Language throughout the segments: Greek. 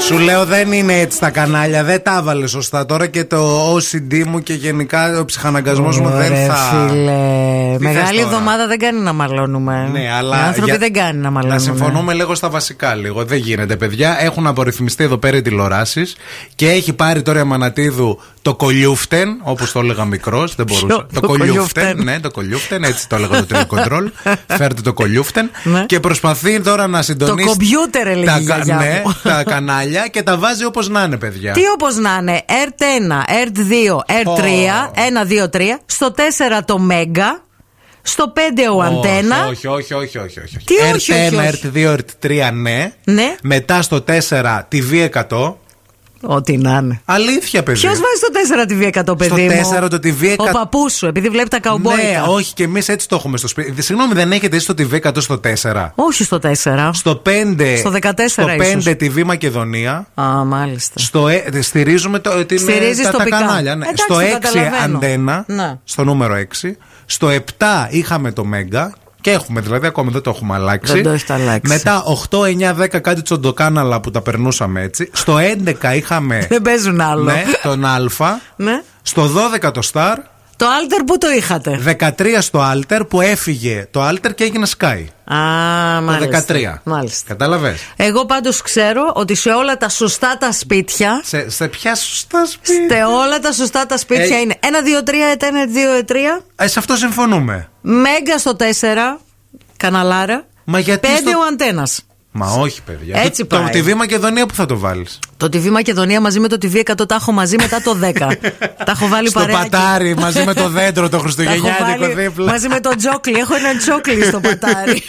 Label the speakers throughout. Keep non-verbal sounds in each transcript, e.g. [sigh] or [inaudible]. Speaker 1: Σου λέω δεν είναι έτσι τα κανάλια, δεν τα έβαλε σωστά τώρα και το OCD μου και γενικά ο ψυχαναγκασμός μου
Speaker 2: Ωραία,
Speaker 1: δεν θα.
Speaker 2: Φίλε.
Speaker 1: Τι
Speaker 2: Μεγάλη
Speaker 1: θες τώρα?
Speaker 2: εβδομάδα δεν κάνει να μαλώνουμε.
Speaker 1: Ναι, αλλά
Speaker 2: Οι άνθρωποι
Speaker 1: για-
Speaker 2: δεν κάνει να ε. μαλώνουμε.
Speaker 1: Να συμφωνούμε λίγο στα βασικά λίγο. Δεν γίνεται, παιδιά. Έχουν απορριθμιστεί εδώ πέρα οι τηλεοράσεις και έχει πάρει τώρα η Αμανατίδου το κολιούφτεν, όπως το έλεγα μικρός. Δεν μπορούσα.
Speaker 2: το κολιούφτεν.
Speaker 1: ναι, το κολιούφτεν, έτσι το
Speaker 2: [laughs]
Speaker 1: έλεγα το τηλεκοντρόλ. Φέρτε το κολιούφτεν.
Speaker 2: Ναι.
Speaker 1: Και προσπαθεί τώρα να συντονίσει.
Speaker 2: κομπιούτερ, έλεγε
Speaker 1: τα
Speaker 2: η
Speaker 1: κα-
Speaker 2: γιαγιά
Speaker 1: ναι,
Speaker 2: μου.
Speaker 1: τα κανάλια και τα βάζει όπως να είναι, παιδιά.
Speaker 2: Τι όπως να είναι, ΕΡΤ 1, ΕΡΤ 2, ΕΡΤ
Speaker 1: Ω.
Speaker 2: 3, 1, 2, 3, στο 4 το Μέγκα, στο 5 ο Αντένα.
Speaker 1: Όχι, όχι, όχι, όχι. όχι.
Speaker 2: Τι όχι, όχι,
Speaker 1: RT1,
Speaker 2: όχι.
Speaker 1: RT2, RT3, ναι.
Speaker 2: Ναι.
Speaker 1: Μετά στο 4 τη V100.
Speaker 2: Ό,τι να είναι.
Speaker 1: Αλήθεια, παιδί.
Speaker 2: Ποιος βάζει στο 4 τη βία 100 παιδί μου.
Speaker 1: 4 Ναι. το TV 100.
Speaker 2: Ο παππούς σου, επειδή βλέπει τα
Speaker 1: Ναι,
Speaker 2: καουμπόικα.
Speaker 1: όχι, και εμείς έτσι το έχουμε στο σπίτι. Συγγνώμη, δεν έχετε εσεί το TV 100 στο 4.
Speaker 2: όχι στο 4.
Speaker 1: Στο 5.
Speaker 2: Στο 14
Speaker 1: στο 5
Speaker 2: ίσως.
Speaker 1: TV Μακεδονία.
Speaker 2: Α, μάλιστα.
Speaker 1: Στο, ε, ε, στηρίζουμε το, ε, την, ε,
Speaker 2: Στηρίζεις
Speaker 1: τα, τα
Speaker 2: τοπικά.
Speaker 1: κανάλια. Ναι.
Speaker 2: Εντάξει, το
Speaker 1: στο 6
Speaker 2: καταλαβαίνω.
Speaker 1: αντένα.
Speaker 2: Ναι.
Speaker 1: Στο νούμερο 6. Στο 7 είχαμε το Μέγκα. Και έχουμε, δηλαδή ακόμα δεν το έχουμε αλλάξει.
Speaker 2: Δεν το έχετε αλλάξει.
Speaker 1: Μετά 8, 9, 10 κάτι τσοντοκάναλα που τα περνούσαμε έτσι. Στο 11 είχαμε
Speaker 2: [laughs] Δεν παίζουν άλλο.
Speaker 1: ναι, τον Α.
Speaker 2: Ναι.
Speaker 1: Στο 12 το Star.
Speaker 2: Το Alter που το είχατε.
Speaker 1: 13 στο Alter που έφυγε το Alter και έγινε Sky.
Speaker 2: Α, μάλιστα.
Speaker 1: Το 13.
Speaker 2: Μάλιστα.
Speaker 1: Κατάλαβες.
Speaker 2: Εγώ πάντως ξέρω ότι σε όλα τα σωστά τα σπίτια.
Speaker 1: Σε, σε ποια σωστά σπίτια.
Speaker 2: Σε όλα τα σωστά τα σπίτια
Speaker 1: Ε,
Speaker 2: είναι 1, 2, 3, 1, 2, 3.
Speaker 1: Ε, σε αυτό συμφωνούμε.
Speaker 2: Μέγκα στο 4. Καναλάρα.
Speaker 1: Μα γιατί.
Speaker 2: 5
Speaker 1: στο-
Speaker 2: ο αντένας
Speaker 1: Μα όχι, παιδιά.
Speaker 2: Έτσι
Speaker 1: το, το
Speaker 2: πάει.
Speaker 1: TV Μακεδονία που θα το βάλεις.
Speaker 2: Το TV Μακεδονία μαζί με το TV 100 τα έχω μαζί μετά το 10.
Speaker 1: [laughs]
Speaker 2: τα έχω βάλει
Speaker 1: Στο
Speaker 2: παρέα.
Speaker 1: πατάρι μαζί με το δέντρο το
Speaker 2: Τα έχω
Speaker 1: Χριστουγεννιάτικο
Speaker 2: βάλει
Speaker 1: δίπλα.
Speaker 2: Μαζί με τον τζόκλι. Έχω έναν τζόκλι στο
Speaker 1: [laughs]
Speaker 2: πατάρι.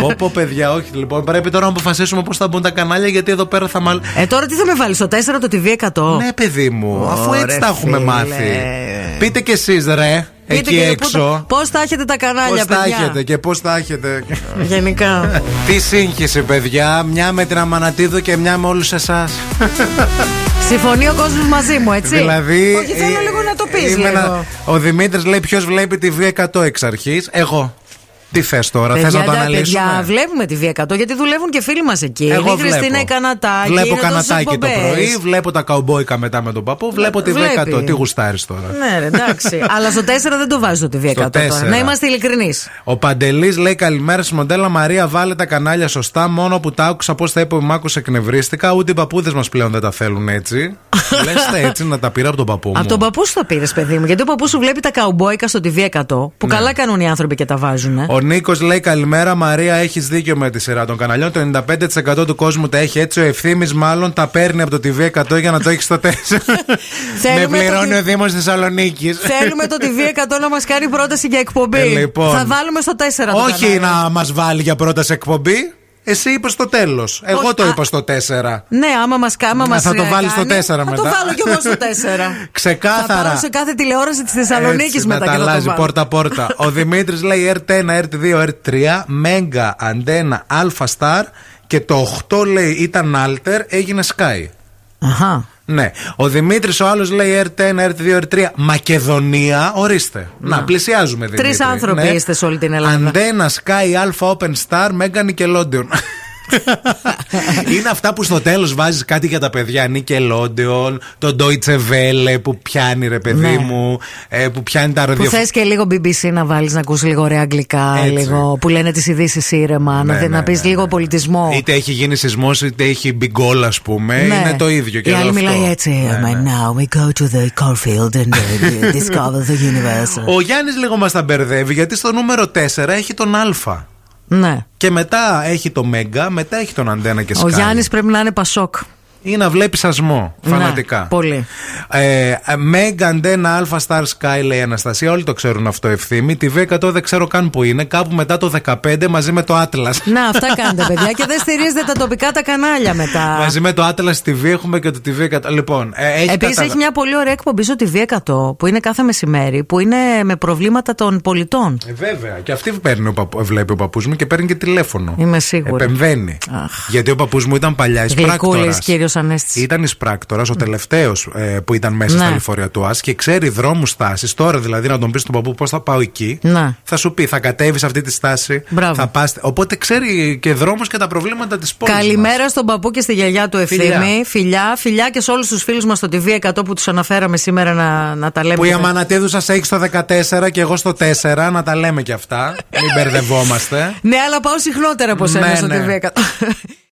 Speaker 1: Πω, πω, παιδιά, όχι. Λοιπόν, πρέπει τώρα να αποφασίσουμε πώς θα μπουν τα κανάλια γιατί εδώ πέρα θα μάλλον.
Speaker 2: ε, τώρα τι θα με βάλεις, στο 4 το TV 100.
Speaker 1: Ναι, παιδί μου, αφού
Speaker 2: Ωραία,
Speaker 1: έτσι τα έχουμε
Speaker 2: φίλε.
Speaker 1: μάθει. Πείτε κι εσείς, ρε, εκεί έξω.
Speaker 2: Πώ τα έχετε τα κανάλια,
Speaker 1: Πώς τα
Speaker 2: παιδιά.
Speaker 1: έχετε και πώς τα έχετε.
Speaker 2: Γενικά.
Speaker 1: [laughs] Τι σύγχυση, παιδιά. Μια με την Αμανατίδου και μια με όλους εσάς.
Speaker 2: Συμφωνεί ο κόσμος μαζί μου, έτσι.
Speaker 1: Δηλαδή.
Speaker 2: Όχι, θέλω
Speaker 1: ε,
Speaker 2: λίγο να το πεις.
Speaker 1: είμαι
Speaker 2: λίγο.
Speaker 1: ένα- Ο Δημήτρης λέει: Ποιος βλέπει τη V100 εξ αρχής. Εγώ. Τι θες τώρα, θες να το
Speaker 2: τα
Speaker 1: αναλύσουμε.
Speaker 2: παιδιά, βλέπουμε τη V100 γιατί δουλεύουν και φίλοι μας εκεί.
Speaker 1: Εγώ
Speaker 2: είναι η Χριστίνα η Κανατάκη.
Speaker 1: Βλέπω
Speaker 2: είναι το
Speaker 1: κανατάκι το
Speaker 2: Σουπομπές.
Speaker 1: πρωί, βλέπω τα καουμπόικα μετά με τον παππού, βλέπω τη
Speaker 2: βλέπει.
Speaker 1: V100. Τι γουστάρεις τώρα.
Speaker 2: Ναι, ρε,
Speaker 1: [laughs]
Speaker 2: εντάξει. Αλλά στο 4 δεν το βάζω το TV100 τώρα.
Speaker 1: τέσσερα.
Speaker 2: Να είμαστε ειλικρινείς.
Speaker 1: Ο Παντελής λέει: Καλημέρα στη μοντέλα Μαρία, βάλε τα κανάλια σωστά. Μόνο που τα άκουσα πώς τα είπε ο Μάκος, εκνευρίστηκα. Ούτε οι παππούδες μας πλέον δεν τα θέλουν
Speaker 2: [laughs]
Speaker 1: έτσι. Λες τα έτσι να τα πήρα από τον παππού μου.
Speaker 2: Από τον παππού σου τα πήρες, παιδί μου. Γιατί ο παππούς σου βλέπει τα καουμπόικα στο TV100 που καλά κάνουν οι άνθρωποι και τα βάζουν.
Speaker 1: Ναι. Ο Νίκος λέει: Καλημέρα, Μαρία, έχεις δίκιο με τη σειρά των καναλιών. Το 95% του κόσμου τα έχει έτσι. Ο ευθύνη μάλλον τα παίρνει από το TV100 για να το έχει στο 4. με
Speaker 2: [laughs] Θέλουμε
Speaker 1: πληρώνει
Speaker 2: το-
Speaker 1: ο Δήμος Θεσσαλονίκης.
Speaker 2: Θέλουμε το TV100 να μας κάνει πρόταση για εκπομπή.
Speaker 1: Ε, λοιπόν.
Speaker 2: Θα βάλουμε στο 4 το
Speaker 1: Όχι
Speaker 2: κανάλι.
Speaker 1: να μας βάλει για πρόταση εκπομπή. Εσύ είπες στο τέλος. Εγώ
Speaker 2: Όχι,
Speaker 1: το
Speaker 2: α-
Speaker 1: είπα στο 4.
Speaker 2: Ναι, άμα μας κάμα μας.
Speaker 1: θα το βάλεις στο τέσσερα
Speaker 2: Θα
Speaker 1: μετά.
Speaker 2: το βάλω κι εγώ
Speaker 1: [laughs]
Speaker 2: στο 4.
Speaker 1: Ξεκάθαρα.
Speaker 2: Θα πάω σε κάθε τηλεόραση της
Speaker 1: Έτσι,
Speaker 2: Θεσσαλονίκη
Speaker 1: να
Speaker 2: μετά
Speaker 1: τα
Speaker 2: και θα το
Speaker 1: αλλάζει
Speaker 2: βάλω.
Speaker 1: πόρτα-πόρτα.
Speaker 2: [laughs]
Speaker 1: Ο Δημήτρης λέει RT1, RT2, RT3, Μέγκα, Αντένα, Αλφα Star και το 8 λέει ήταν Alter, έγινε Sky.
Speaker 2: Αχα.
Speaker 1: Ναι. Ο Δημήτρης ο άλλος λέει RT1, RT2, RT3. Μακεδονία, ορίστε. Να, πλησιάζουμε
Speaker 2: Ναι. Τρεις
Speaker 1: Δημήτρη. Ναι.
Speaker 2: άνθρωποι είστε σε όλη την Ελλάδα.
Speaker 1: Αντένα, Sky, Alpha, Open Star, Mega
Speaker 2: [laughs]
Speaker 1: Nickelodeon. Είναι αυτά που στο τέλος βάζεις κάτι για τα παιδιά. Nickelodeon, το Deutsche Welle που πιάνει ρε παιδί
Speaker 2: Ναι.
Speaker 1: μου, ε, που πιάνει τα
Speaker 2: Που
Speaker 1: ραδιοφωνικά.
Speaker 2: θες και λίγο BBC να βάλεις να ακούσεις λίγο ωραία αγγλικά,
Speaker 1: Έτσι.
Speaker 2: λίγο, που λένε τις ειδήσει ήρεμα, να,
Speaker 1: Ναι,
Speaker 2: δι-
Speaker 1: ναι,
Speaker 2: να πεις
Speaker 1: ναι,
Speaker 2: λίγο
Speaker 1: ναι.
Speaker 2: πολιτισμό.
Speaker 1: Είτε έχει γίνει σεισμός, είτε έχει μπιγκόλ, ας πούμε.
Speaker 2: Ναι.
Speaker 1: Ε, Είναι το ίδιο και
Speaker 2: Η
Speaker 1: εδώ
Speaker 2: άλλη
Speaker 1: αυτό.
Speaker 2: μιλάει έτσι.
Speaker 1: Ναι,
Speaker 2: And
Speaker 1: ναι.
Speaker 2: now we go to the cornfield and uh,
Speaker 1: [laughs]
Speaker 2: discover the universe.
Speaker 1: Ο Γιάννης λίγο μας τα μπερδεύει γιατί στο νούμερο 4 έχει τον Α.
Speaker 2: ναι.
Speaker 1: Και μετά έχει το Μέγκα, μετά έχει τον Αντένα και Sky.
Speaker 2: Ο Γιάννης πρέπει να είναι πασόκ.
Speaker 1: Ή να βλέπεις σασμό. Φανατικά.
Speaker 2: Ναι, πολύ.
Speaker 1: Ε, Μέγκα, Αντένα, Αλφα, Star Sky λέει η Αναστασία. Όλοι το ξέρουν αυτό ευθύμη. Τη V100 δεν ξέρω καν που είναι. Κάπου μετά το 15 μαζί με το Atlas.
Speaker 2: Να, αυτά κάνετε, παιδιά. Και δεν στηρίζετε τα τοπικά τα κανάλια μετά.
Speaker 1: [laughs] Μαζί με το Atlas TV έχουμε και το TV100. Λοιπόν, ε, έχει
Speaker 2: Επίσης,
Speaker 1: κατα-
Speaker 2: έχει μια πολύ ωραία εκπομπή στο TV100 που είναι κάθε μεσημέρι, που είναι με προβλήματα των πολιτών.
Speaker 1: Ε, βέβαια. Και αυτή παίρνει ο παππού, βλέπει ο παππούς μου και παίρνει και τηλέφωνο.
Speaker 2: Είμαι σίγουρη.
Speaker 1: Επεμβαίνει.
Speaker 2: Αχ.
Speaker 1: Γιατί ο παππούς μου ήταν παλιάς εισπράκτορα.
Speaker 2: Γλυκούλης κύριος Ανέστη.
Speaker 1: Ήταν εισπράκτορα, ο τελευταίος ε, που ήταν μέσα
Speaker 2: Ναι.
Speaker 1: στα λεωφορεία του Άσ και ξέρει δρόμους στάσεις. Τώρα δηλαδή να τον πεις στον παππού πώς θα πάω εκεί.
Speaker 2: Ναι.
Speaker 1: Θα σου πει, θα κατέβεις αυτή τη στάση.
Speaker 2: Μπράβο.
Speaker 1: Θα πας... Οπότε ξέρει και δρόμους και τα προβλήματα της πόλης.
Speaker 2: Καλημέρα στον παππού και στη γιαγιά του Ευθύμη. Φιλιά,
Speaker 1: Φιλιά.
Speaker 2: φιλιά, και σε όλους τους φίλους μας στο TV100 που τους αναφέραμε σήμερα να, να τα λέμε.
Speaker 1: Που η Αμανατίδου σας έχει στο 14 και εγώ στο 4, να τα
Speaker 2: [laughs]
Speaker 1: λέμε και αυτά. Μην μπερδευόμαστε.
Speaker 2: Ναι, αλλά πάω συχνότερα από σένα
Speaker 1: Ναι,
Speaker 2: στο
Speaker 1: ναι.
Speaker 2: TV100.